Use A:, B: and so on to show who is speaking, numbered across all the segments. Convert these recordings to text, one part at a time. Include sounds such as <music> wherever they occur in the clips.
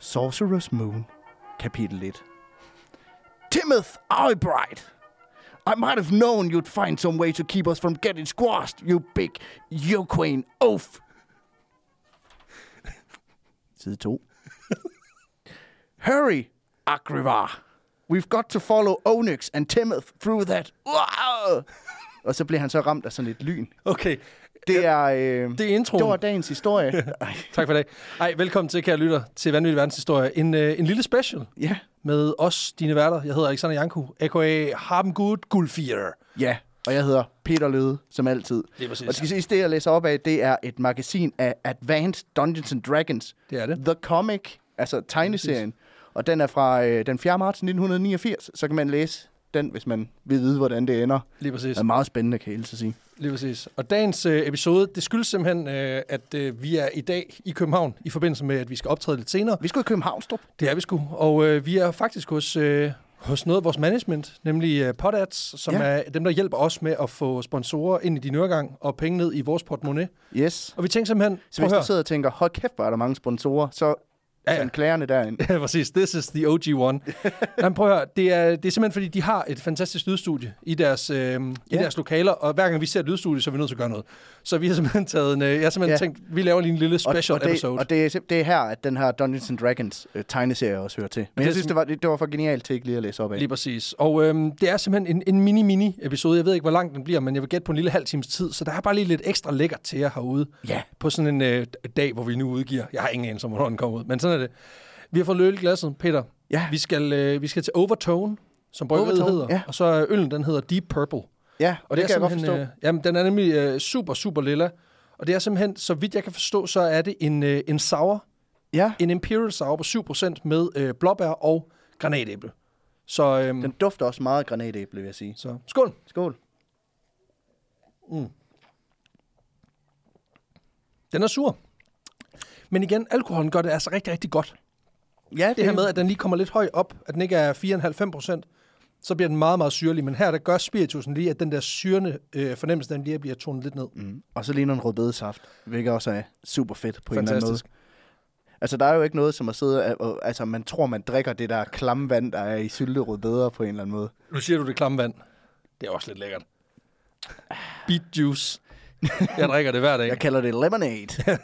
A: Sorcerer's Moon, kapitel 1. Timoth Albright! I might have known you'd find some way to keep us from getting squashed, you big Ukraine oaf! Side 2. <laughs> Hurry, Agrivar! We've got to follow Onyx and Timoth through that. Wow! Og så bliver han så ramt af sådan et lyn.
B: Okay,
A: Det er, øh,
B: det er introen.
A: det var dagens
B: <laughs>
A: historie. Ej,
B: Tak for i dag. Ej, velkommen til, kære lytter, til Vanvittig Verdenshistorie. En, øh, en lille special
A: ja.
B: med os, dine værter. Jeg hedder Alexander Janku, a.k.a. Harben Good Gulfier.
A: Ja, og jeg hedder Peter Løde, som altid.
B: Det er præcis.
A: Og det skal ses, det jeg læser op af, det er et magasin af Advanced Dungeons and Dragons.
B: Det er det.
A: The Comic, altså tegneserien. Og den er fra øh, den 4. marts 1989, så kan man læse den, hvis man vil vide, hvordan det ender.
B: Lige præcis.
A: Det er meget spændende, kan jeg hilse at sige.
B: Lige præcis. Og dagens øh, episode, det skyldes simpelthen, øh, at øh, vi er i dag i København, i forbindelse med, at vi skal optræde lidt senere.
A: Vi skal i Københavnstrup.
B: Det er vi sgu. Og øh, vi er faktisk hos, øh, hos noget af vores management, nemlig øh, Podads, som
A: Ja.
B: ja. er dem, der hjælper os med at få sponsorer ind i din øregang og penge ned i vores portemonnaie.
A: Yes.
B: Og vi tænkte simpelthen,
A: Så
B: prøv at
A: hvis
B: høre.
A: du sidder og tænker, hold kæft, hvor er der mange sponsorer, så
B: Ja,
A: ja,
B: ja.
A: ja. klagerne derind.
B: <laughs> Ja, præcis. This is the OG
A: <laughs>
B: one. Jamen, prøv at høre. Det er, det er simpelthen, fordi de har et fantastisk lydstudie i deres, øh, i
A: Ja.
B: deres lokaler, og hver gang vi ser et lydstudie, så er vi nødt til at gøre noget. Så vi har simpelthen taget en... Øh, jeg har simpelthen
A: Ja.
B: ja. tænkt, vi laver lige en lille special
A: og, og det,
B: episode.
A: Og det er, simp- det er her, at den her Dungeons and Dragons øh, tegneserie også hører til. Men
B: det er
A: jeg synes,
B: sim-
A: det var, det, det var for genialt til ikke lige at læse op af.
B: Lige præcis. Og øhm, det er simpelthen en, en mini-mini-episode. Jeg ved ikke, hvor lang den bliver, men jeg vil gætte på en lille halv times tid, så der er bare lige lidt ekstra lækkert til jer herude.
A: Ja.
B: På sådan en øh, dag, hvor vi nu udgiver. Jeg har ingen anelse om, hvornår den kommer ud, men sådan er det. Vi har fået løl i glasset, Peter.
A: Ja.
B: Vi skal, øh, vi skal til Overtone, som bryggeriet
A: Overtone,
B: hedder.
A: ja.
B: Og så er øllen, den hedder Deep Purple.
A: Ja, og det, det
B: er
A: kan jeg godt
B: simpelthen,
A: forstå.
B: Øh, jamen, den er nemlig øh, super, super lilla. Og det er simpelthen, så vidt jeg kan forstå, så er det en, øh, en sour,
A: ja,
B: en imperial sour på 7% med øh, blåbær og granatæble. Så, øhm,
A: den dufter også meget af granatæble, vil jeg sige.
B: så skål.
A: Skål.
B: Den er sur. Men igen, alkoholen gør det altså rigtig, rigtig godt.
A: Ja,
B: Det her med, at den lige kommer lidt højt op, at den ikke er 4,5 så bliver den meget, meget syrlig. Men her, der gør spiritusen lige, at den der syrende øh, fornemmelse, den lige bliver tonet lidt ned.
A: Mm. Og så ligner en rødbedesaft, hvilket også er super fedt på en eller
B: Fantastisk.
A: anden måde. Altså, der er jo ikke noget, som at sidde og, og, altså, man tror, man drikker det der klamme vand, der er i sylterødbeder på en eller anden måde.
B: Nu siger du det klamme vand. Det er også lidt lækkert. Beet juice. Jeg drikker det hver dag.
A: Jeg kalder det
B: <laughs>
A: lemonade.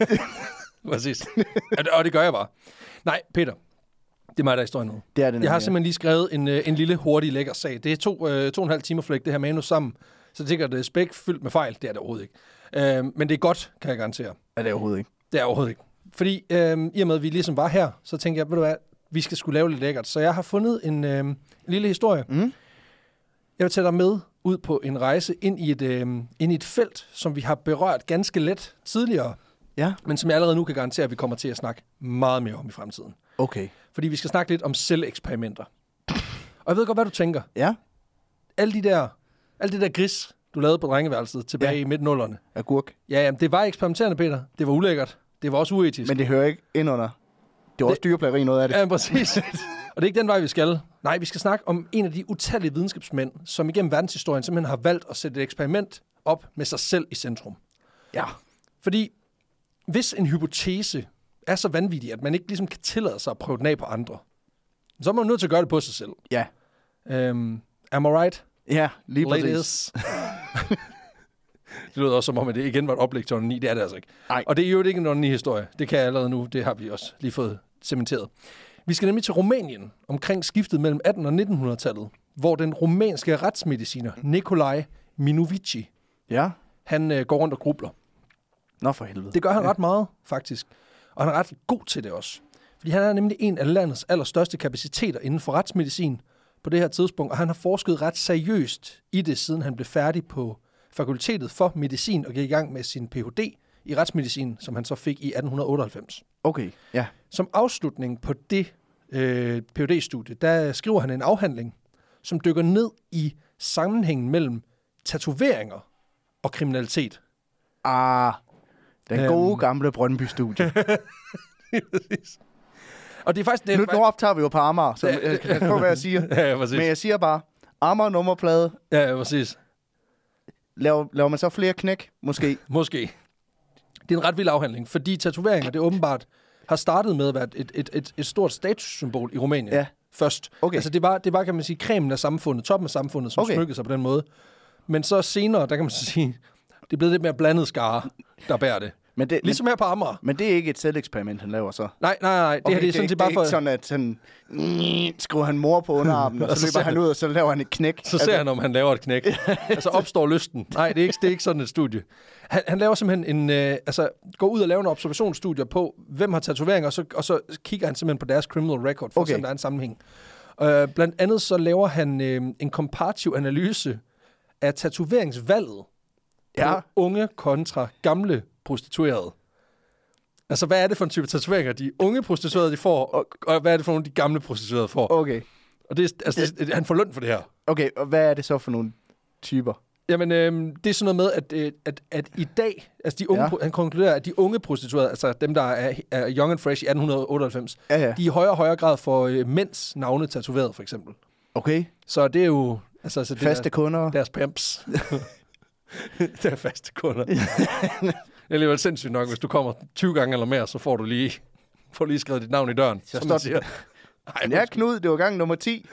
B: Præcis. Og det- Og det gør jeg bare. Nej, Peter. Det er mig, der er i historien nu.
A: Det er det
B: Jeg har
A: nemlig, ja.
B: simpelthen lige skrevet en, øh, en lille, hurtig, lækker sag. Det er to, øh, to og en halv time at flække det her manus sammen. Så jeg tænker, at det er spæk fyldt med fejl. Det er det overhovedet ikke. Øh, men det er godt, kan jeg garantere.
A: Ja, det er overhovedet ikke.
B: Det er jeg overhovedet ikke. Fordi øh, i og med, at vi ligesom var her, så tænkte jeg, ved du hvad, vi skal skulle lave lidt lækkert. Så jeg har fundet en, øh, en lille historie.
A: Mm.
B: Jeg vil tage dig med ud på en rejse ind i, et, øh, ind i et felt, som vi har berørt ganske let tidligere,
A: Ja,
B: men som jeg allerede nu kan garantere, at vi kommer til at snakke meget mere om i fremtiden.
A: okay.
B: Fordi vi skal snakke lidt om selveksperimenter. Og jeg ved godt, hvad du tænker.
A: Ja,
B: Alle de der, alle det der gris, du lavede på drengeværelset tilbage
A: Ja.
B: ja. i midten
A: agurk.
B: Ja, jamen, det var eksperimenterende, Peter. Det var ulækkert. Det var også uetisk.
A: Men det hører ikke ind under. Det var også dyreplageri, noget af det.
B: Ja, præcis. Og det er ikke den vej, vi skal. Nej, vi skal snakke om en af de utallige videnskabsmænd, som igennem verdenshistorien simpelthen har valgt at sætte et eksperiment op med sig selv i centrum.
A: Ja.
B: Fordi hvis en hypotese er så vanvittig, at man ikke ligesom kan tillade sig at prøve den af på andre, så er man nødt til at gøre det på sig selv.
A: Ja,
B: Øhm, am I right?
A: ja lige præcis.
B: Ladies. <laughs> det lyder også som om, at det igen var et oplæg til onani. Det er det altså ikke.
A: Nej.
B: Og det er jo ikke en onani-historie. Det kan jeg allerede nu. Det har vi også lige fået cementeret. Vi skal nemlig til Rumænien omkring skiftet mellem 18 og 1900-tallet, hvor den rumænske retsmediciner Nikolai Minovici,
A: Ja.
B: han øh, går rundt og grubler.
A: Nå for helvede.
B: Det gør han ret meget, faktisk. Og han er ret god til det også. Fordi han er nemlig en af landets allerstørste kapaciteter inden for retsmedicin på det her tidspunkt, og han har forsket ret seriøst i det, siden han blev færdig på fakultetet for medicin og gik i gang med sin Ph.D. i retsmedicin, som han så fik i 1898.
A: Okay, ja.
B: Som afslutning på det øh, phd studie der skriver han en afhandling, som dykker ned i sammenhængen mellem tatoveringer og kriminalitet.
A: Ah, den gode
B: Øhm.
A: gamle Brøndby-studie.
B: Og det er faktisk... Det er
A: nu,
B: fa-
A: nu optager vi jo på Amager, så
B: Ja,
A: jeg kan passe på, hvad jeg siger.
B: <laughs> Ja, ja, <laughs> præcis.
A: Men jeg siger bare, Amager nummerplade,
B: Ja, ja, præcis.
A: laver, laver man så flere knæk, måske?
B: Måske. Det er en ret vild afhandling, fordi tatoveringer, det er åbenbart har startet med at være et, et, et, et stort statussymbol i Rumænien
A: Ja.
B: først.
A: Okay.
B: Altså det var, det var, kan man sige, cremen af samfundet, toppen af samfundet, som
A: Okay.
B: okay. smykkede sig på den måde. Men så senere, der kan man så sige, det er blevet lidt mere blandet skare, der bærer det.
A: Men det,
B: Ligesom her på Amager.
A: men, men det er ikke et selveksperiment, han laver så.
B: Nej, nej, nej. Det okay, her det er sådan set bare
A: det er
B: for...
A: ikke sådan, at han mm, skriver han mor på
B: <laughs>
A: underarmen, og
B: Og
A: så
B: så
A: løber
B: ser
A: han
B: han-
A: ud, og så laver han et knæk.
B: Så ser han, om han laver et <laughs> knæk. altså opstår lysten. Nej, det er ikke, det er ikke sådan et studie. Han, han laver simpelthen en... Øh, altså, går ud og laver en observationsstudie på, hvem har tatoveringer, og så, og så kigger han simpelthen på deres criminal record, for
A: Okay.
B: okay. at se, om der er en sammenhæng. Øh, blandt andet så laver han øh, en komparativ analyse af tatoveringsvalget
A: Ja.
B: på unge kontra gamle prostituerede. Altså, hvad er det for en type tatoveringer, de unge prostituerede de får, og, og hvad er det for nogle, de gamle prostituerede får?
A: Okay.
B: Og det, er- altså, det, er- han får løn for det her.
A: Okay, og hvad er det så for nogle typer?
B: Jamen, øh, det er sådan noget med, at, øh, at, at i dag, altså de unge,
A: Ja.
B: ja. han konkluderer, at de unge prostituerede, altså dem, der er, er young and fresh i 1898,
A: Ja, ja.
B: de i højere og højere grad får øh, mænds navne tatoveret, for eksempel.
A: Okay,
B: Så det er jo altså, altså det er
A: faste kunder.
B: deres
A: <laughs>
B: pimps. det er faste kunder. det er alligevel sindssygt nok, hvis du kommer 20 gange eller mere, så får du lige, får lige skrevet dit navn i døren. Så
A: står-
B: siger. Ej,
A: <laughs> Ja, Knud, det var gang nummer 10.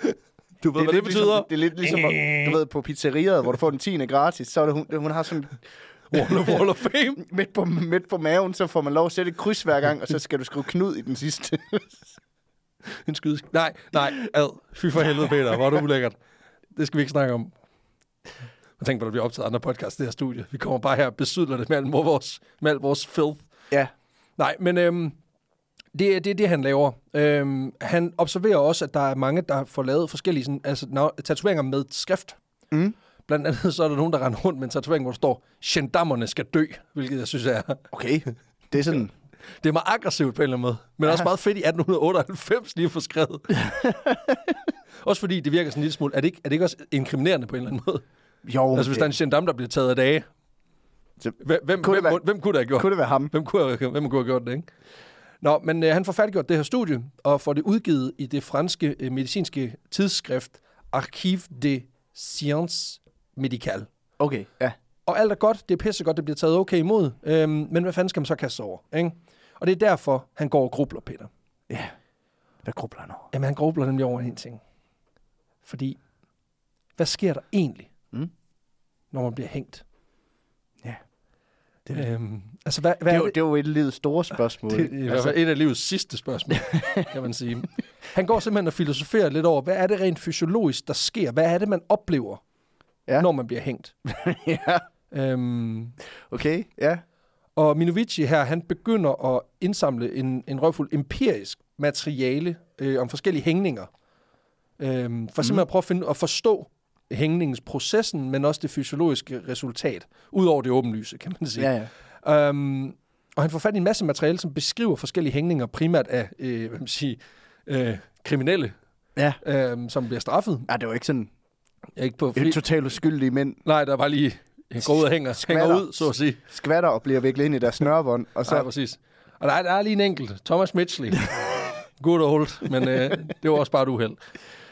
B: du ved,
A: er
B: hvad det
A: lidt
B: betyder.
A: Ligesom, det er lidt ligesom, at- du ved, på pizzeriet, hvor du får den 10. gratis, så er det, hun, hun har sådan
B: Wall of, wall of fame.
A: midt på, midt på maven, så får man lov at sætte et kryds hver gang, og så skal du skrive Knud i den sidste.
B: En skydesk. Nej, nej, ad. Fy for helvede, Peter. Hvor er du ulækkert. Det skal vi ikke snakke om. Jeg tænker på, at der bliver optaget andre podcasts i det her studie. Vi kommer bare her og besydler det med, al vores, med al vores filth.
A: <laughs> ja.
B: Nej, men øhm, det, er- det er det, han laver. Øhm, han observerer også, at der er mange, der får lavet forskellige sådan, altså, nav- tatoveringer med skrift.
A: Mm.
B: Blandt andet så er der nogen, der render rundt med en tatovering, hvor der står, gendammerne skal dø, hvilket jeg synes er...
A: Okay, det er sådan...
B: Det er meget aggressivt på en eller anden måde, men ja. også meget fedt i 1898 lige at få skrevet.
A: <laughs>
B: også fordi det virker sådan en lille smule. Er det, ikke, er det ikke også inkriminerende på en eller anden måde?
A: Jo,
B: altså hvis der er en gendarm, der bliver taget af dage.
A: Så-
B: Hvem, hvem,
A: Kunne
B: kunne
A: det være-
B: hvem, hvem, hvem kunne der have gjort
A: kunne det være ham?
B: Hvem kunne, have- hvem kunne have gjort det, ikke? Nå, men øh, han får færdiggjort det her studie, og får det udgivet i det franske øh, medicinske tidsskrift Archive de Sciences Médicales.
A: Okay, ja.
B: Og alt er godt, det er pissegodt, det bliver taget okay imod, øhm, men hvad fanden skal man så kaste sig over, ikke? Og det er derfor, han går og grubler, Peter.
A: Ja. Hvad grubler han over?
B: Jamen, han grubler nemlig over en ting. Fordi, hvad sker der egentlig,
A: Mm.
B: når man bliver hængt?
A: Ja.
B: Det er, øhm, altså, hvad, hvad
A: Det er,
B: er
A: jo, det er jo et livets store spørgsmål.
B: Det er i hvert
A: altså,
B: fald et af livets sidste <laughs> spørgsmål, kan man sige. Han går simpelthen og filosoferer lidt over, hvad er det rent fysiologisk, der sker? Hvad er det, man oplever,
A: Ja.
B: ja. når man bliver <laughs> hængt?
A: ja.
B: Øhm,
A: Okay, ja.
B: og Minovici her, han begynder at indsamle en, en røvfuld empirisk materiale øh, om forskellige hængninger. Øhm, for
A: Mhm.
B: simpelthen at prøve at, finde, at forstå hængningens processen, men også det fysiologiske resultat, udover det åbenlyse, kan man sige.
A: Ja, ja.
B: Øhm, og han får fat i en masse materiale, som beskriver forskellige hængninger, primært af øh, hvad man siger, øh, kriminelle,
A: Ja.
B: øh, som bliver straffet.
A: Ja, det var ikke sådan
B: Ikke på, fordi,
A: et totalt uskyldige mænd
B: nej, der var lige jeg går ud og hænger, hænger
A: Skvatter.
B: ud, så at sige.
A: skvatter og bliver viklet ind i deres snørbånd, og
B: Så.
A: så...
B: Nej, præcis. Og der er, der er lige en enkelt, Thomas
A: <laughs>
B: Mitchell. Good old, men øh, det var også bare et uheld.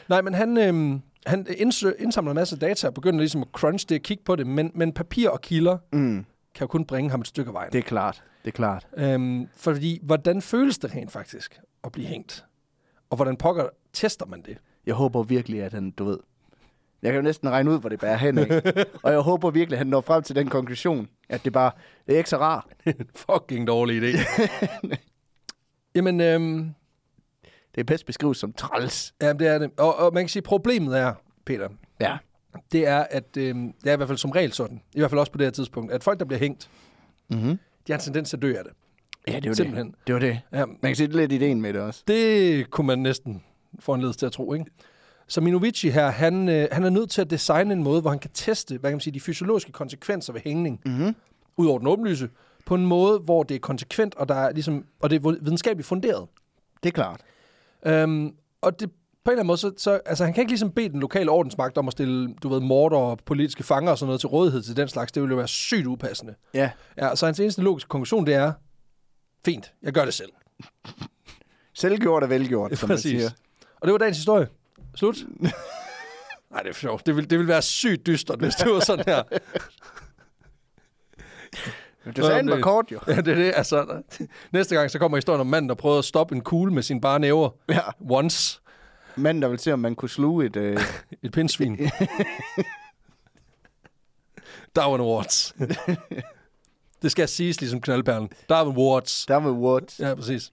B: Nej, men han, øh, han indsø, indsamler en masse data og begynder ligesom at crunch det og kigge på det, men, men papir og kilder
A: Mm,
B: kan jo kun bringe ham et stykke af vejen.
A: det er klart, det er klart.
B: Øhm, fordi, hvordan føles det rent faktisk at blive hængt? Og hvordan pokker tester man
A: <laughs>
B: det?
A: Jeg håber virkelig, at han, du ved... Jeg kan jo næsten regne ud, hvor det bærer hen <laughs> af. og jeg håber virkelig, at han når frem til den konklusion, at det bare det er ikke så rart.
B: Fucking dårlig idé.
A: <laughs>
B: Jamen, øhm,
A: Det er bedst beskrives som træls.
B: jamen, det er det. Og, og man kan sige, problemet er, Peter,
A: Ja.
B: det er, at øhm, det er i hvert fald som regel sådan, i hvert fald også på det her tidspunkt, at folk, der bliver hængt,
A: Mm-hmm.
B: de har en tendens til at dø af det.
A: Ja, det var
B: Simpelthen.
A: det. Det var det.
B: Ja,
A: Man kan se lidt ideen med det også.
B: det kunne man næsten få en til at tro, ikke? Så Minovici her, han, øh, han er nødt til at designe en måde, hvor han kan teste, hvad kan man sige, de fysiologiske konsekvenser ved hængning.
A: Mm-hmm.
B: ud over den åbenlyse, på en måde, hvor det er konsekvent, og, der er ligesom, og det er videnskabeligt funderet.
A: Det er klart.
B: Øhm, og det, på en eller anden måde, så, så altså, han kan ikke ligesom bede den lokale ordensmagt om at stille, du ved, morder og politiske fanger og sådan noget til rådighed til den slags. Det ville jo være sygt upassende.
A: Ja.
B: Ja, så hans eneste logiske konklusion, det er, fint, jeg gør det selv.
A: Selvgjort og velgjort, som man
B: Præcis.
A: siger.
B: Og det var dagens historie.
A: <laughs>
B: Slut. Nej, det er sjovt. Det ville, det ville være sygt dystert, hvis det var sådan her.
A: Du sagde, den var
B: det-
A: kort jo.
B: Ja, det er det. Altså, næste gang, så kommer historien om manden, der prøvede at stoppe en kugle med sine bare næver.
A: Ja.
B: Once.
A: Manden, der vil se, om man kunne sluge et... Øh...
B: Et
A: <laughs>
B: pindsvin. Darwin Awards. det skal siges ligesom knaldperlen. Darwin Awards.
A: Der var what?
B: Ja, præcis.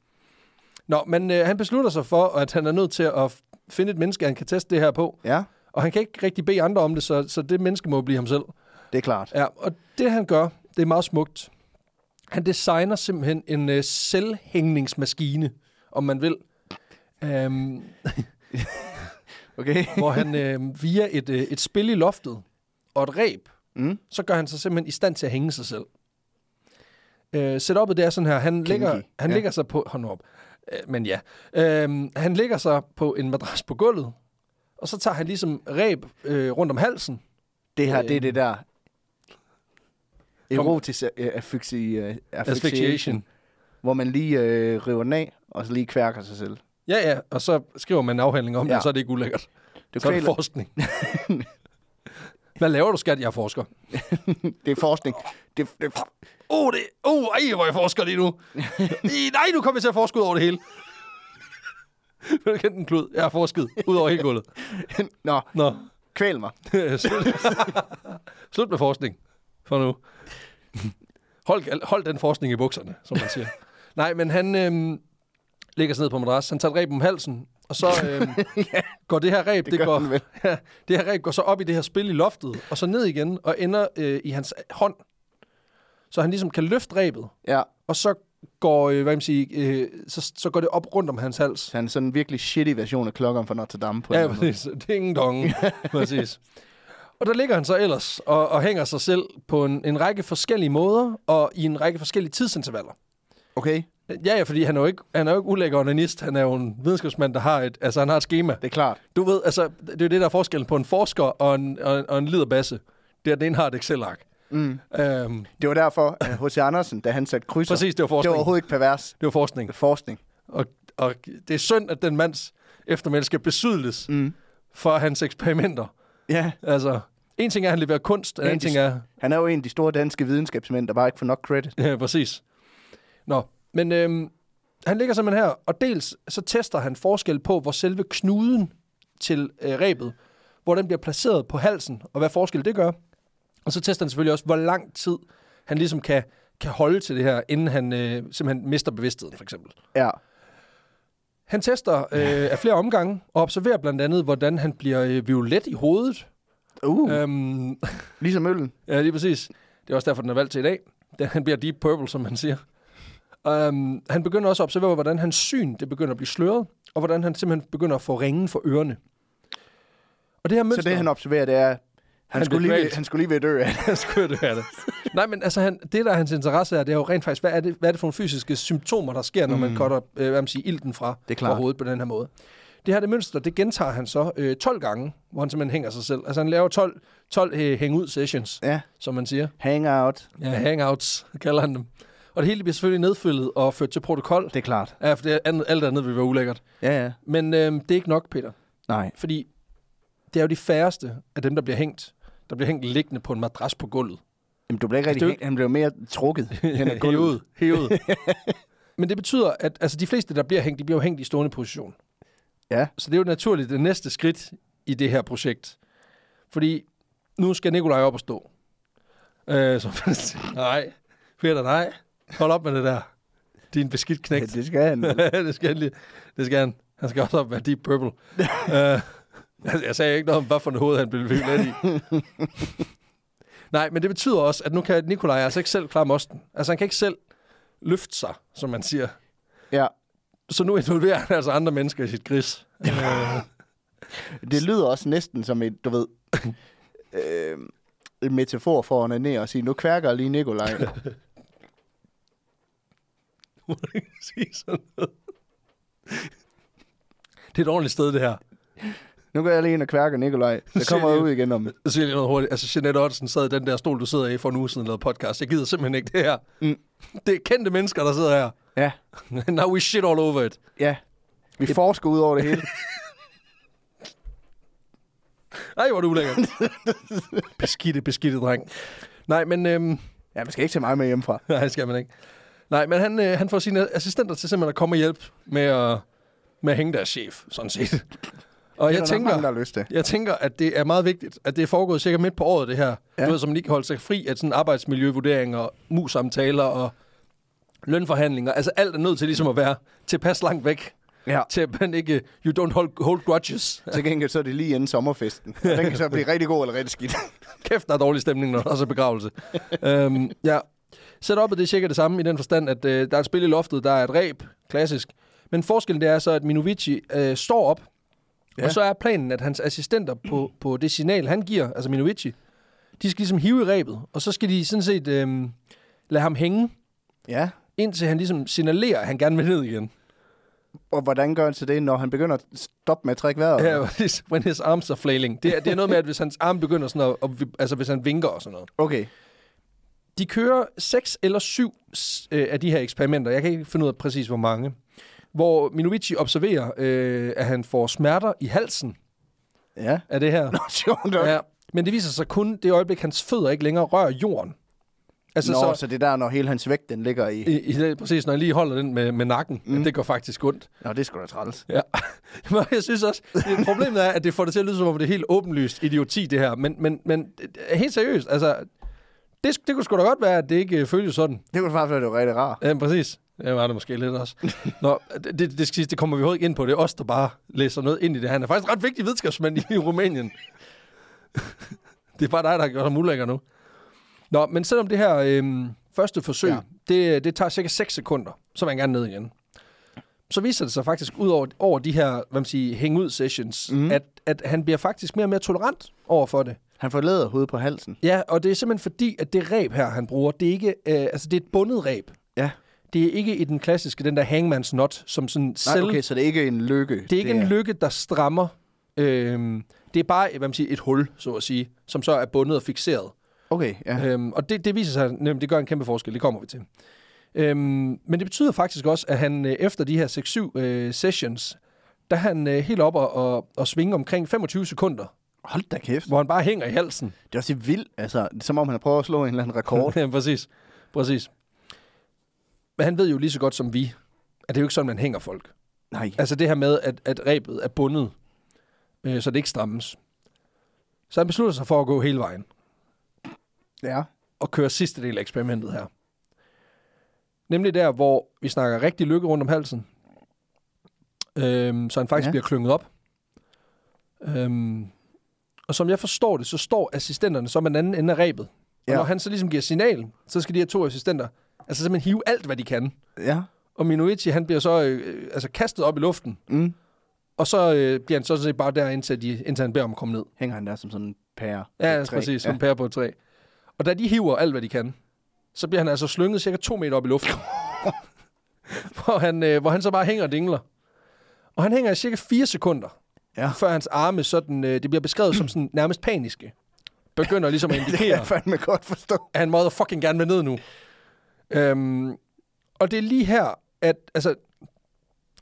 B: Nå, men øh, han beslutter sig for, at han er nødt til at f- finde et menneske, han kan teste det her på.
A: Ja,
B: Og han kan ikke rigtig bede andre om det, så, så det menneske må blive ham selv.
A: det er klart.
B: Ja, og det han gør, det er meget smukt. Han designer simpelthen en øh, selvhængningsmaskine, om man vil. Øhm,
A: Okay?
B: hvor han øh, via et, øh, et spil i loftet og et ræb,
A: Mm.
B: så gør han sig simpelthen i stand til at hænge sig selv. Øh, setupet det er sådan her, han, ligger, han
A: ja.
B: ja. ligger sig på, hold nu op, øh, men ja, øh, han ligger sig på en madras på gulvet, og så tager han ligesom ræb øh, rundt om halsen,
A: Det her,
B: Øh.
A: det er det der...
B: Kom.
A: Erotisk øh, affixi, øh,
B: asphyxiation.
A: affixation, hvor man lige øh, river den af, og så lige kværker sig selv.
B: Ja, ja, og så skriver man en afhandling om ja.
A: Ja.
B: det, så er det ikke ulækkert.
A: Du
B: Så er det
A: kvæler-
B: forskning. <laughs> Hvad laver du, skat? Jeg er forsker.
A: Det er forskning. Det, det,
B: Oh, det, oh, ej, hvor jeg forsker lige nu. I, nej, nu kommer jeg til at forske ud over det hele. <laughs> Vil du kende den klud? Jeg har forsket ud over hele gulvet.
A: <laughs> Nå,
B: Nå,
A: kvæl mig.
B: slut. <laughs> slut med forskning for nu. Hold, hold den forskning i bukserne, som man siger. Nej, men han øhm, ligger sig ned på madras. Han tager et reb om halsen, og
A: <laughs>
B: så øhm, går det her reb, det,
A: gør
B: går,
A: han vel.
B: <laughs> ja, det her reb går så op i det her spil i loftet, og så ned igen, og ender øh, i hans hånd. Så han ligesom kan løfte rebet,
A: Ja,
B: og så går, øh, hvad kan man sige, øh, så, så går det op rundt om hans hals.
A: så han er sådan en virkelig shitty version af klokken fra Notre Dame på en
B: Ja,
A: eller anden måde.
B: præcis. Ding dong. præcis. Og der ligger han så ellers og, og hænger sig selv på en, en række forskellige måder og i en række forskellige tidsintervaller.
A: Okay,
B: Ja, ja, fordi han er jo ikke, han er jo ikke ulækker onanist. Han er jo en videnskabsmand, der har et, altså, han har et schema.
A: det er klart.
B: Du ved, altså, det er jo det, der er forskellen på en forsker og en, og, en- og en liderbasse. Det er, at den ene har et Excel-ark. Mm. Øhm,
A: Det var derfor, at H.C. Andersen, da han satte krydser,
B: Præcis, det var
A: det
B: forskning.
A: var overhovedet ikke pervers.
B: det var forskning.
A: Det var forskning.
B: Og, og det er synd, at den mands eftermæl skal besydles mm. for hans eksperimenter.
A: Ja,
B: Altså, en ting er, at han leverer kunst, en anden ting er,
A: han er jo en af de store danske videnskabsmænd, der bare ikke får nok credit.
B: <laughs> Ja, præcis. Nå, men øhm, han ligger simpelthen her, og dels så tester han forskel på, hvor selve knuden til øh, rebet, hvor den bliver placeret på halsen, og hvad forskel det gør. Og så tester han selvfølgelig også, hvor lang tid han ligesom kan, kan holde til det her, inden han øh, simpelthen mister bevidstheden, for eksempel.
A: Ja,
B: Han tester øh, af flere omgange, og observerer blandt andet, hvordan han bliver øh, violet i hovedet.
A: uh,
B: Øhm,
A: ligesom øllen.
B: Ja, lige præcis. Det er også derfor, den er valgt til i dag. Den, han bliver deep purple, som man siger. Um, han begynder også at observere, hvordan hans syn det begynder at blive sløret, og hvordan han simpelthen begynder at få ringen for ørerne. Og det her
A: Så
B: mønster...
A: det, han observerer, det er, han,
B: Han
A: skulle
B: blev
A: lige, ved,
B: kvalt.
A: han skulle lige ved at dø af det.
B: han skulle det det. Nej, men altså, han, det, der er hans interesse er, det er jo rent faktisk, hvad er det, hvad er det for nogle fysiske symptomer, der sker, når mm. man cutter, øh, hvad man siger, ilten fra,
A: Det er klart.
B: fra hovedet på den her måde. Det her det mønster, det gentager han så øh, 12 gange, hvor han simpelthen hænger sig selv. Altså, han laver 12, 12 øh, hænge-ud-sessions,
A: Ja,
B: som man siger.
A: hangout.
B: Ja, hangouts kalder han dem. Og det hele bliver selvfølgelig nedfyldet og ført til protokol.
A: Det er klart.
B: Ja, for det andet, alt andet vil være ulækkert.
A: Ja, ja.
B: Men øh, det er ikke nok, Peter.
A: Nej.
B: Fordi det er jo de færreste af dem, der bliver hængt, der bliver hængt liggende på en madras på gulvet.
A: Jamen, du blev ikke rigtig
B: Altså, det er jo
A: hængt. Han blev mere <laughs> trukket
B: <laughs>
A: hen ad gulvet.
B: Hævet. Hævet. <laughs> Men det betyder, at altså, de fleste, der bliver hængt, de bliver jo hængt i stående position.
A: Ja.
B: Så det er jo naturligt det næste skridt i det her projekt. Fordi nu skal Nikolaj op og stå. Øh, så <laughs> man siger, nej, Peter, nej. Hold op med det der. Din beskidt
A: Ja, <laughs>
B: knægt.
A: det skal han.
B: <laughs> det skal han lige. Det skal han. Han skal også op og være deep purple. uh, jeg, jeg sagde ikke noget om, hvad for en hoved han blev vivlet i. Nej, men det betyder også, at nu kan Nikolaj altså ikke selv klare mosten. Altså, han kan ikke selv løfte sig, som man siger.
A: Ja.
B: Så nu involverer han altså andre mennesker i sit gris. Øh, <laughs>
A: Det lyder også næsten som et, du ved, øh, en metafor for at onanere og sige, nu kværker jeg lige <laughs> Nikolaj.
B: må du ikke sige sådan noget? Det er et ordentligt sted, det her.
A: Nu går jeg lige ind og kværker Nikolaj. Så kommer jeg ud igen om...
B: Jeg siger lige noget hurtigt. Altså, Jeanette Ottesen sad i den der stol, du sidder i for en uge siden og lavede podcast. Jeg gider simpelthen ikke det her.
A: Mm.
B: Det er kendte mennesker, der sidder her.
A: Ja,
B: <laughs> Now we shit all over it.
A: ja. Vi forsker ud over det <laughs> hele. <laughs>
B: Ej, hvor er du ulækkert. beskidte, beskidte dreng. Nej, men øhm, <laughs>
A: Ja, man skal ikke tage mig med hjemmefra.
B: Nej, det skal man ikke. Nej, men han, øh, han får sine assistenter til simpelthen at komme og hjælpe med at, med at hænge deres chef, sådan set. Og
A: Det er
B: jeg
A: der nok mange, der
B: tænker,
A: har lyst til.
B: jeg tænker, at det er meget vigtigt, at det er foregået cirka midt på året, det her. Ja.
A: Ja.
B: Du ved, som man ikke holdt sig fri af sådan arbejdsmiljøvurderinger, musamtaler og lønforhandlinger. Altså alt er nødt til ligesom at være tilpas langt væk,
A: Ja.
B: til at man ikke, you don't hold, hold grudges.
A: <laughs> Til gengæld så er det lige inden sommerfesten. Og den kan så blive rigtig god eller rigtig skidt.
B: Kæft, der er dårlig stemning, når der også er begravelse. øhm, ja. Setupet det er cirka det samme i den forstand, at øh, der er et spil i loftet, der er et ræb, klassisk. Men forskellen det er så, at Minovici øh, står op, ja.
A: Ja.
B: og så er planen, at hans assistenter på, på det signal, han giver, altså Minovici, de skal ligesom hive i ræbet, og så skal de sådan set øh, lade ham hænge,
A: <laughs> Ja.
B: indtil han ligesom signalerer, at han gerne vil ned igen.
A: Og hvordan gør han til det, når han begynder at stoppe med at trække vejret?
B: Ja, <laughs> when his arms are flailing. Det er, det er noget med, at hvis hans arm begynder sådan at, at, altså hvis han vinker og sådan noget.
A: Okay.
B: De kører seks eller syv s- øh, af de her eksperimenter. Jeg kan ikke finde ud af præcis, hvor mange. Hvor Minovici observerer, øh, at han får smerter i halsen
A: Ja. <laughs>
B: af det her.
A: Sjovt nok.
B: Ja. Men det viser sig kun det øjeblik, hans fødder ikke længere rører jorden. Altså,
A: Nå,
B: så,
A: så det er der, når hele hans vægt, den ligger i.
B: i, i, præcis, når jeg lige holder den med, med nakken, mm. det går faktisk ondt.
A: Nå, det er sgu da træls.
B: Ja. <laughs> Men jeg synes også, det, problemet er, at det får det til at lyde, som om det er helt åbenlyst idioti, det her. Men, men, men øh, helt seriøst, altså, det, det kunne sgu da godt være, at det ikke øh, føles sådan.
A: Det kunne faktisk være, det var rigtig rart.
B: Ja, præcis. Ja, var det måske lidt også. Nå, det, det, det, skal siges, det kommer vi overhovedet ikke ind på. Det er os, der bare læser noget ind i det. Han er faktisk ret vigtig videnskabsmand i, i <laughs> Rumænien. det er bare dig, der har gjort ham ulækker nu. Nå, men selvom det her øhm, første forsøg, ja.
A: Ja.
B: det, det tager cirka 6 sekunder, så vil han gerne ned igen. Så viser det sig faktisk ud over, over de her, hvad man siger, hang-ud-sessions, mm. at, at han bliver faktisk mere og mere tolerant over for det.
A: Han får læder hovedet på halsen.
B: Ja, og det er simpelthen fordi, at det ræb her, han bruger, det er ikke, øh, altså det er et bundet ræb.
A: Ja.
B: Det er ikke i den klassiske, den der hangman's knot, som sådan
A: Nej,
B: selv...
A: okay, så det er ikke en lykke.
B: Det er ikke det er... en lykke, der strammer. Øhm, det er bare hvad man siger, et hul, så at sige, som så er bundet og fixeret.
A: Okay, ja.
B: Ja. Øhm, og det, det viser sig, nemlig, det gør en kæmpe forskel, det kommer vi til. Øhm, men det betyder faktisk også, at han øh, efter de her 6-7 øh, sessions, der er han øh, helt op og, og, og svinge omkring 25 sekunder,
A: Hold da kæft.
B: hvor han bare hænger i halsen.
A: Det er også helt vildt. Altså, det er, som om han prøver at slå en eller anden
B: <laughs>
A: rekord. <laughs>
B: ja, præcis. præcis. Men han ved jo lige så godt som vi, at det er jo ikke sådan, man hænger folk.
A: Nej.
B: Altså det her med, at, at rebet er bundet, øh, så det ikke strammes. Så han beslutter sig for at gå hele vejen
A: Ja.
B: og køre sidste del af eksperimentet her. Nemlig der, hvor vi snakker rigtig lykke rundt om halsen. Øhm, så han faktisk ja.
A: Ja.
B: bliver klynget op. Øhm, og som jeg forstår det, så står assistenterne som en anden ende af rebet. Og
A: Ja.
B: når han så ligesom giver signal, så skal de her to assistenter altså simpelthen hive alt, hvad de kan.
A: Ja.
B: Og Minoichi, han bliver så øh, øh, altså kastet op i luften,
A: Mm.
B: Og så øh, bliver han sådan set bare der, indtil, de, indtil han beder om at komme ned.
A: Hænger han der som sådan en pære.
B: Ja,
A: Et
B: altså,
A: træ.
B: præcis, som ja. pære på et træ. Og da de hiver alt, hvad de kan, så bliver han altså slynget cirka to meter op i
A: <laughs>
B: luften. hvor, han, øh, hvor han så bare hænger og dingler. Og han hænger i cirka 4 sekunder,
A: Ja.
B: før hans arme sådan, øh, det bliver beskrevet som sådan nærmest paniske. Begynder
A: <laughs>
B: ligesom at
A: <laughs> Det kan
B: indikere,
A: jeg fandme godt forstå.
B: at han motherfucking gerne vil ned nu. Øhm, og det er lige her, at altså,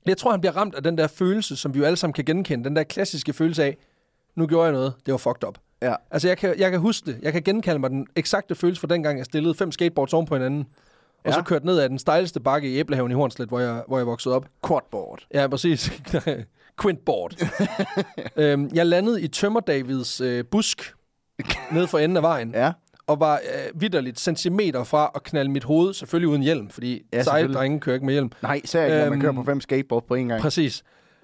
B: jeg tror, han bliver ramt af den der følelse, som vi jo alle sammen kan genkende. Den der klassiske følelse af, nu gjorde jeg noget, det var fucked up.
A: Ja.
B: Altså, jeg kan, jeg kan huske det. Jeg kan genkalde mig den eksakte følelse fra dengang, jeg stillede fem skateboards oven på hinanden. Og ja.
A: Ja.
B: så kørte ned ad den stejleste bakke i Æblehaven i Hornslet, hvor jeg, hvor jeg voksede op.
A: Quadboard.
B: Ja, præcis. <laughs> Quintboard.
A: <laughs>
B: øhm, jeg landede i Tømmerdavids øh, busk nede for enden af vejen
A: Ja.
B: og var øh, vidderligt centimeter fra at knalde mit hoved, selvfølgelig uden hjelm, fordi ja,
A: Ja,
B: seje
A: selvfølgelig.
B: drenge kører ikke med hjelm.
A: Nej, især ikke, når man
B: Øhm.
A: kører på fem skateboard på en gang.
B: Præcis.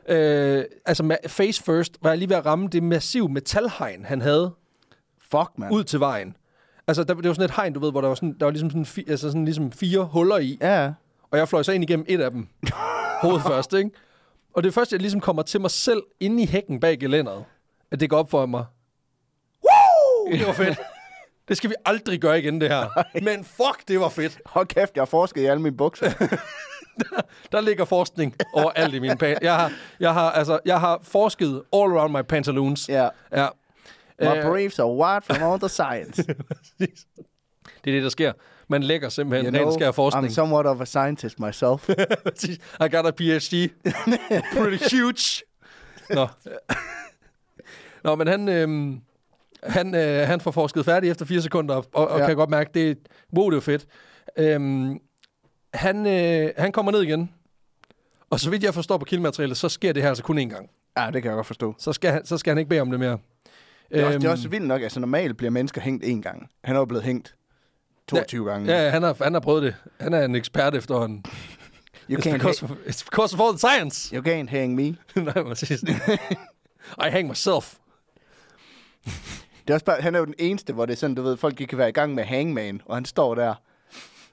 B: Øh, altså med face first var jeg lige ved at ramme det massive metalhegn, han havde
A: Fuck, man.
B: ud til vejen. Altså, der, det var sådan et hegn, du ved, hvor der var, sådan, der var ligesom, sådan, fi, altså sådan, ligesom fire huller i,
A: Ja, ja.
B: og jeg fløj så ind igennem et af dem. Hovedet først, ikke? Og det første, jeg ligesom kommer til mig selv inde i hækken bag gelænderet, at det går op for mig. Woo! Det var fedt. Det skal vi aldrig gøre igen, det her. Men fuck, det var fedt.
A: Hold kæft, jeg har forsket i alle mine
B: <laughs>
A: bukser.
B: Der ligger forskning overalt i mine pan. Jeg har, jeg har, altså, jeg har forsket all around my pantaloons.
A: ja.
B: ja.
A: My
B: Øh,
A: briefs are wired from all the science.
B: Det er det, der sker. Man lægger simpelthen ren skær
A: I'm
B: forskning.
A: somewhat of a scientist <laughs> myself.
B: <laughs> I got a
A: <laughs>
B: PhD. Pretty huge. Nå. Nå, men han, øhm, Han, øh, han får forsket færdig efter fire sekunder, og, og
A: Ja.
B: ja. kan godt mærke, det, wow, det er fedt. Øhm, han, øh, han kommer ned igen, og så vidt jeg forstår på kildematerialet, så sker det her altså kun én gang.
A: Ja, det kan jeg godt forstå.
B: Så skal han, så skal han ikke bede om det mere.
A: Det er, også, det er også vildt nok, altså normalt bliver mennesker hængt én gang. Han er jo blevet hængt 22 ja, gange.
B: Øhm, Ja, han har, han har prøvet det. Han er en ekspert efterhånden.
A: you,
B: It's
A: can't
B: because,
A: ha-
B: of, it's because of all the science. <laughs>
A: you can't hang me.
B: Nej, præcis. I hang myself.
A: Det er også bare, han er jo den eneste, hvor det er sådan, du ved, folk ikke kan være i gang med hangman, og han står der.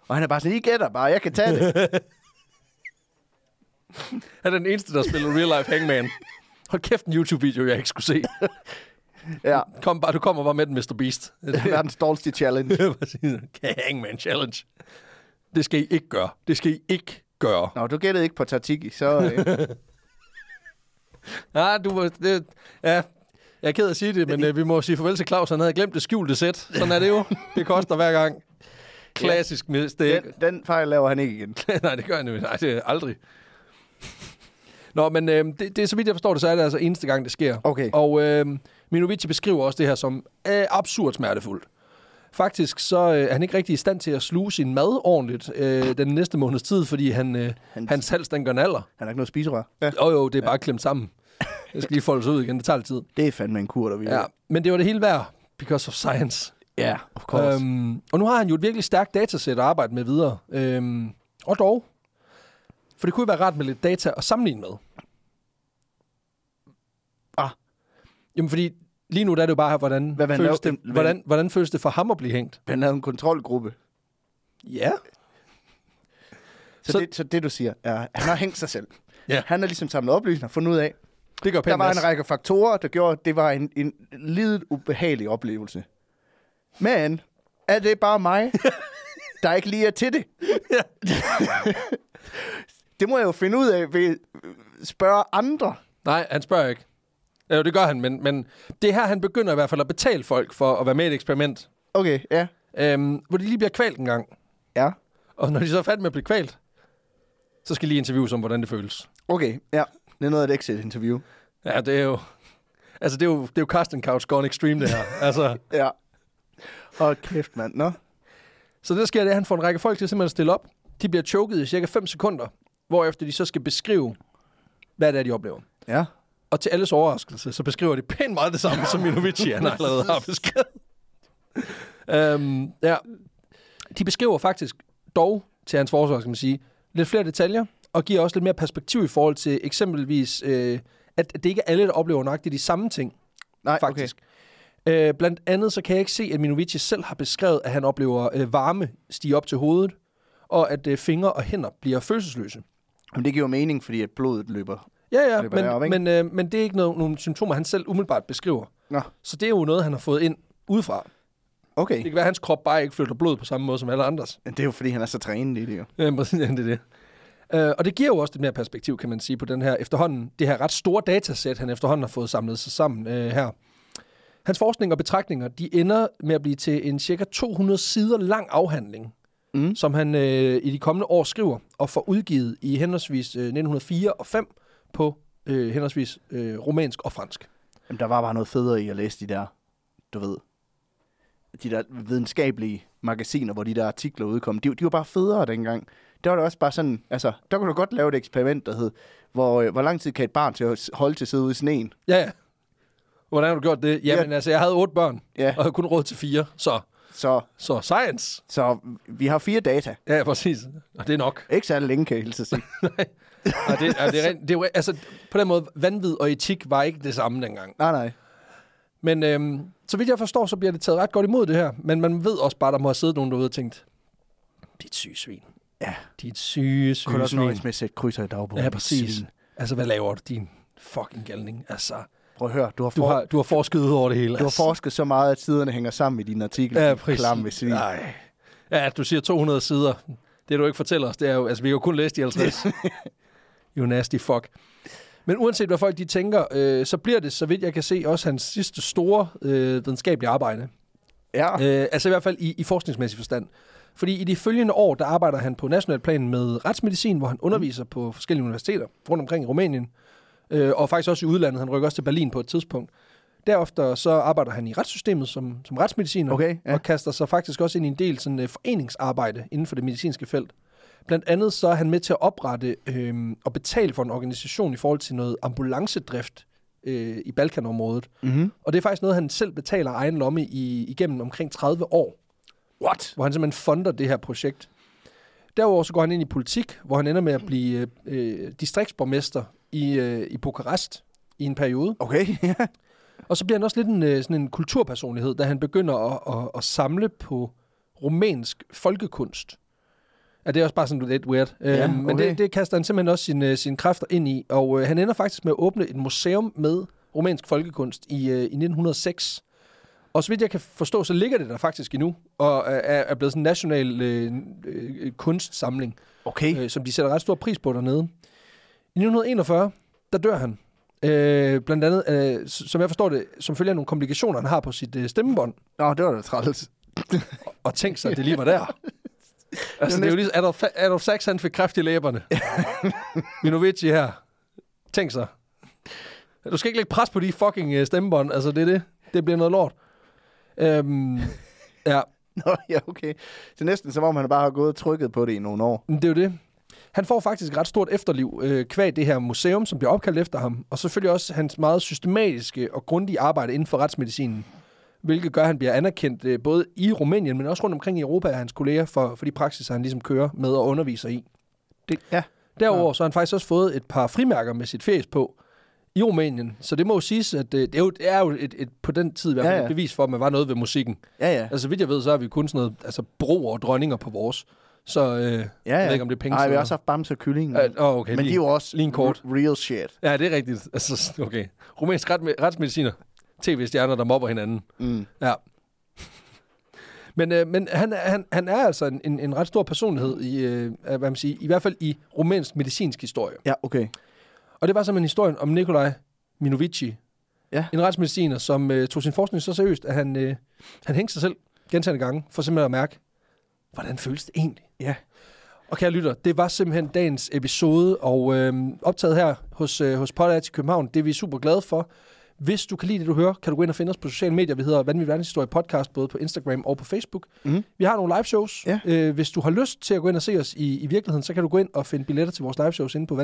A: Og han er bare sådan, I gætter bare, jeg kan tage <laughs> det.
B: Han er den eneste, der spiller real life hangman. Hold kæft en YouTube-video, jeg ikke skulle se.
A: ja,
B: Kom bare, du kommer bare med den, Mr. Beast. <laughs>
A: det er verdens dårligste challenge.
B: Præcis. hangman challenge. Det skal I ikke gøre. Det skal I ikke gøre.
A: Nå, du gættede ikke på Tartiki, <laughs> så... Øh,
B: Nej, du var... Det, ja, jeg er ked af at sige det, men øh, vi må sige farvel til Claus. Han havde glemt det skjulte sæt. Sådan er det jo. Det koster hver gang. Klassisk mistake.
A: den, den fejl laver han ikke igen.
B: <laughs> Nej, det gør jeg nemlig. Nej, det er aldrig. Nå, men øh, det, det, er så vidt jeg forstår det, så er det altså eneste gang, det sker.
A: Okay.
B: Og øh, Minovici beskriver også det her som øh, absurd smertefuldt. Faktisk så øh, er han ikke rigtig i stand til at sluge sin mad ordentligt øh, den næste måneds tid, fordi han, øh,
A: Hans-
B: hans... hans hals, den gør naller.
A: Han har ikke noget spiserør. Ja.
B: Jo, jo, det er bare klemt sammen. Jeg skal lige folde sig ud igen, det tager lidt tid.
A: Det er fandme en kur, der vi
B: Ja, men det var det hele værd, because of science.
A: ja, of
B: Øhm, og nu har han jo et virkelig stærkt datasæt at arbejde med videre. Øhm, og dog. For det kunne jo være rart med lidt data at sammenligne med.
A: Ah.
B: Jamen fordi lige nu der er det jo bare, hvordan,
A: Hvad vil han
B: føles,
A: lave?
B: det,
A: Hvad-
B: hvordan, hvordan føles det for ham at blive hængt?
A: Han havde en kontrolgruppe.
B: Ja.
A: Så, så,
B: Så-
A: det, så det, du siger, er, at han har hængt sig selv.
B: Ja.
A: Han har ligesom samlet oplysninger og fundet ud af,
B: Det gør
A: der
B: pænt
A: var en
B: masse.
A: række faktorer, der gjorde, at det var en, en lidt ubehagelig oplevelse. Men er det bare <laughs> mig, der ikke lige er til det? <laughs> det må jeg jo finde ud af ved at spørge andre.
B: Nej, han spørger ikke. Ja, jo, det gør han, men, men det er her, han begynder i hvert fald at betale folk for at være med i et eksperiment.
A: Okay, ja.
B: Øhm, hvor de lige bliver kvalt en gang.
A: Ja.
B: Og når de så er færdige med at blive kvalt, så skal de lige interviews om, hvordan det føles.
A: Okay, ja. Det er noget af et exit-interview.
B: Ja, det er jo... Altså, det er jo, det er jo Carsten Couch gone extreme, det her. <laughs> altså,
A: Ja. Og kæft, mand. Nå.
B: så det, der sker, det er, at han får en række folk til simpelthen at stille op. De bliver choket i cirka 5 sekunder, hvorefter de så skal beskrive, hvad det er, de oplever.
A: Ja.
B: Og til alles overraskelse, så beskriver de pænt meget det samme, som Minovici han allerede har beskrevet. øhm, ja. De beskriver faktisk dog, til hans forsvar, skal man sige, lidt flere detaljer, og giver også lidt mere perspektiv i forhold til eksempelvis, øh, at det ikke er alle, der oplever nøjagtigt de samme ting.
A: Nej,
B: faktisk. Okay. Øh, blandt andet så kan jeg ikke se, at Minovici selv har beskrevet, at han oplever øh, varme stige op til hovedet, og at øh, fingre og hænder bliver følelsesløse.
A: Okay. Men det giver jo mening, fordi at blodet løber.
B: Ja, ja,
A: Løber derop,
B: men,
A: ikke?
B: men, øh, men det er ikke noget, nogle symptomer, han selv umiddelbart beskriver.
A: Nå,
B: Så det er jo noget, han har fået ind udefra.
A: okay.
B: Det kan være, at hans krop bare ikke flytter blod på samme måde som alle andres.
A: Det er jo, fordi han er så trænet i det, jo.
B: Ja, præcis, <laughs> det er det. Øh, og det giver jo også lidt mere perspektiv, kan man sige, på den her efterhånden, det her ret store datasæt, han efterhånden har fået samlet sig sammen øh, her. Hans forskning og betragtninger, de ender med at blive til en cirka 200 sider lang afhandling,
A: Mm.
B: mm. som han øh, i de kommende år skriver og får udgivet i henholdsvis øh, 1904 og 5 på øh, henholdsvis øh, romansk og fransk.
A: Jamen, der var bare noget federe i at læse de der, du ved, de der videnskabelige magasiner, hvor de der artikler udkom. De, de var bare federe dengang. Der var det også bare sådan, altså, der kunne du godt lave et eksperiment, der hed, hvor, øh, hvor lang tid kan et barn til at holde til at sidde ude i sneen?
B: Ja, ja. Hvordan har du gjort det? Jamen, altså, jeg havde otte børn,
A: Ja.
B: og havde kun råd til fire, så,
A: Så,
B: så science.
A: så vi har fire data.
B: Ja, præcis. Og det er nok.
A: Ikke særlig længe, kan jeg hilse at sige.
B: Og det, og det, er rent, det er, jo- altså, på den måde, vanvid og etik var ikke det samme dengang.
A: <laughs> Nej, nej.
B: Men øhm, så vidt jeg forstår, så bliver det taget ret godt imod det her. Men man ved også bare, der må have siddet nogen derude og tænkt, dit syge svin.
A: Ja.
B: Dit syge,
A: Kunne
B: syge
A: også nøjes
B: svin.
A: med at sætte krydser i dagbogen.
B: Ja, præcis.
A: Svin.
B: Altså, hvad laver du, din fucking galning? Altså,
A: Prøv at høre, du har, for,
B: du har, du har forsket ud over det hele.
A: du har
B: altså.
A: forsket så meget, at siderne hænger sammen i din artikel.
B: Ja,
A: din
B: præcis.
A: Klamme svin.
B: Nej. Ja, at du siger 200 sider. Det, du ikke fortæller os, det er jo... Altså, vi kan jo kun læse de 50. you nasty fuck. Men uanset hvad folk de tænker, øh, så bliver det, så vidt jeg kan se, også hans sidste store øh, videnskabelige arbejde.
A: Ja.
B: Øh, altså i hvert fald i, i forskningsmæssig forstand. Fordi i de følgende år, der arbejder han på national plan med retsmedicin, hvor han underviser mm. på forskellige universiteter rundt omkring i Rumænien. Øh, og faktisk også i udlandet. Han rykker også til Berlin på et tidspunkt. Derefter så arbejder han i retssystemet som, som retsmediciner,
A: Okay, ja.
B: og kaster sig faktisk også ind i en del sådan, øh, foreningsarbejde inden for det medicinske felt. Blandt andet så er han med til at oprette øh, og betale for en organisation i forhold til noget ambulancedrift øh, i Balkanområdet.
A: Mm-hmm.
B: Og det er faktisk noget, han selv betaler af egen lomme i, igennem omkring 30 år
A: What?
B: hvor han simpelthen fonder det her projekt. Derudover så går han ind i politik, hvor han ender med at blive øh, øh, distriktsborgmester i, øh, i Bukarest i en periode.
A: Okay, ja.
B: Og så bliver han også lidt en, øh, sådan en kulturpersonlighed, da han begynder at, at, at samle på rumænsk folkekunst. Ja, det er også bare sådan lidt weird.
A: Ja,
B: øhm, Men
A: okay.
B: det, det kaster han simpelthen også sine, sine kræfter ind i. Og øh, han ender faktisk med at åbne et museum med rumænsk folkekunst i, øh, i 1906. Og så vidt jeg kan forstå, så ligger det der faktisk endnu, og øh, er, er blevet sådan en national øh, øh, kunstsamling
A: Okay.
B: øh, som de sætter ret stor pris på dernede. I 1941, der dør han. Øh, blandt andet, øh, s- som jeg forstår det, som følger nogle komplikationer, han har på sit øh, stemmebånd.
A: Nå, det var da træls. <laughs>
B: Og tænk sig, at det lige var der. altså, det er jo ligesom Adolf, Adolf Sachs, han fik kræft i læberne. Minovici her. Tænk sig. Du skal ikke lægge pres på de fucking øh, stemmebånd. Altså, det er det. Det bliver noget lort. Øhm, ja,
A: Nå, ja, okay. Det er næsten som om, han bare har gået og trykket på det i nogle år.
B: Men Det er jo det. Han får faktisk et ret stort efterliv øh, kvad det her museum, som bliver opkaldt efter ham, og selvfølgelig også hans meget systematiske og grundige arbejde inden for retsmedicinen, hvilket gør, at han bliver anerkendt øh, både i Rumænien, men også rundt omkring i Europa af hans kolleger for, for de praksiser, han ligesom kører med og underviser i.
A: Det, ja.
B: Derudover så har han faktisk også fået et par frimærker med sit fjes på i Rumænien, så det må jo siges, at øh, det er jo, det er jo et, et, på den tid i hvert fald
A: Ja,
B: ja,
A: ja.
B: ja. et bevis for, at man var noget ved musikken.
A: Ja, ja.
B: Altså, vidt jeg ved, så har vi kun sådan noget, altså broer og dronninger på vores, så øh, ja, ja.
A: ja,
B: jeg
A: ja.
B: ved ikke, om det er penge.
A: Nej, vi
B: eller-
A: har også haft Bamse og Kylling.
B: Øh, åh, okay,
A: men
B: lige-
A: de er jo også
B: lige en kort.
A: r- real shit.
B: Ja, det er rigtigt. Altså, okay. Rumænsk ret, retsmediciner. TV-stjerner, der mobber hinanden.
A: Mm.
B: Ja. Men, øh, men han, er- han, han er altså en, en, en ret stor personlighed i, øh, hvad man siger, i hvert fald i rumænsk medicinsk historie.
A: Ja, okay.
B: Og det var simpelthen historien om Nikolaj Minovici.
A: Ja.
B: En retsmediciner, som øh, tog sin forskning så seriøst, at han, øh, han hængte sig selv gentagende gange, for simpelthen at mærke, hvordan føles det egentlig?
A: Ja.
B: Og kære lytter, det var simpelthen dagens episode, og øh, optaget her hos, øh, hos Potter til København. Det er vi super glade for. Hvis du kan lide det, du hører, kan du gå ind og finde os på sociale medier. Vi hedder Vanvittig Verdenshistorie Podcast, både på Instagram og på Facebook.
A: Mhm.
B: Vi har nogle live shows.
A: Ja.
B: Øh, hvis du har lyst til at gå ind og se os i, i virkeligheden, så kan du gå ind og finde billetter til vores live shows inde på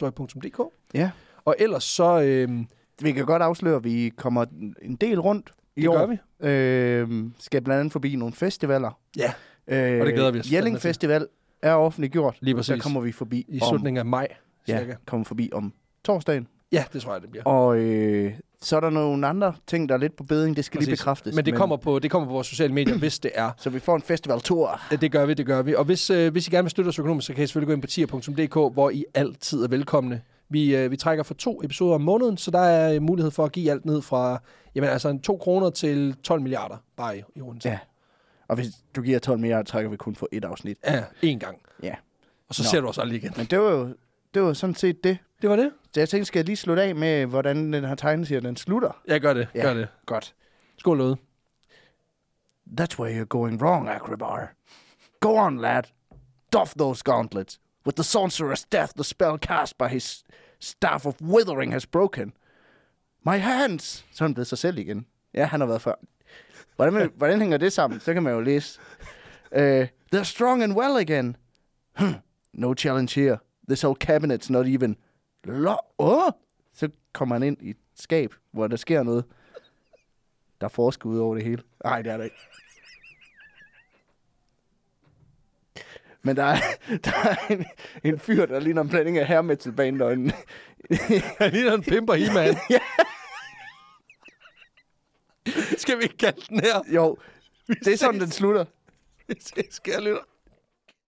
B: vanvittigverdenshistorie.dk.
A: Ja.
B: Og ellers så, øh, det
A: Vi kan godt afsløre, at vi kommer en del rundt i år.
B: gør vi.
A: Øh, skal blandt andet forbi nogle festivaler.
B: Ja,
A: Øh,
B: Og det glæder vi os fandme
A: Jelling
B: til.
A: Festival er offentliggjort.
B: lige
A: Der
B: præcis.
A: kommer vi forbi
B: I
A: om,
B: slutningen af maj, cirka.
A: ja, kommer forbi om torsdagen.
B: Ja, det tror jeg, det bliver.
A: Og øh, så er der nogle andre ting, der er lidt på beding. Det skal lige
B: Præcis.
A: bekræftes.
B: Men det kommer på, det kommer på vores sociale medier, hvis det er.
A: Så vi får en festivaltur.
B: Ja, Det gør vi, det gør vi. Og hvis, øh, hvis I gerne vil støtte os økonomisk, så kan I selvfølgelig gå ind på tier.dk, hvor I altid er velkomne. Vi, øh, vi trækker for to episoder om måneden, så der er øh, mulighed for at give alt ned fra jamen, altså en 2 kroner til 12 milliarder bare i, i rundt.
A: Ja. Og hvis du giver 12 mere, trækker vi kun for et afsnit.
B: ja, én gang.
A: Ja.
B: Og så
A: Nå.
B: Nå. ser du os aldrig igen.
A: Men det var jo det var sådan set det.
B: Det var det.
A: Så jeg tænkte, skal jeg lige slutte af med, hvordan den her tegneserie, den slutter?
B: Jeg gør det,
A: Ja.
B: ja. gør det.
A: Godt.
B: Skål noget.
A: That's where you're going wrong, Akribar. Go on, lad. Doff those gauntlets. With the sorcerer's death, the spell cast by his staff of withering has broken. My hands! Så er han blevet sig selv igen. Ja, han har været før. Hvordan, hvordan hænger det sammen? Så kan man jo læse. Uh, they're strong and well again. Hmm, no challenge here. This whole cabinet's not even... Lo- oh! Så kommer han ind i et skab, hvor der sker noget. Der er forskud over det hele. Nej, det er der ikke. Men der er, <laughs> der er en, en fyr, der ligner en blanding af hair metal band og en,
B: Han ligner en pimper i, mand. <laughs>
A: Ja.
B: Skal vi ikke kalde den her?
A: Jo, det er sådan, den slutter.
B: <laughs> Skal jeg lytte?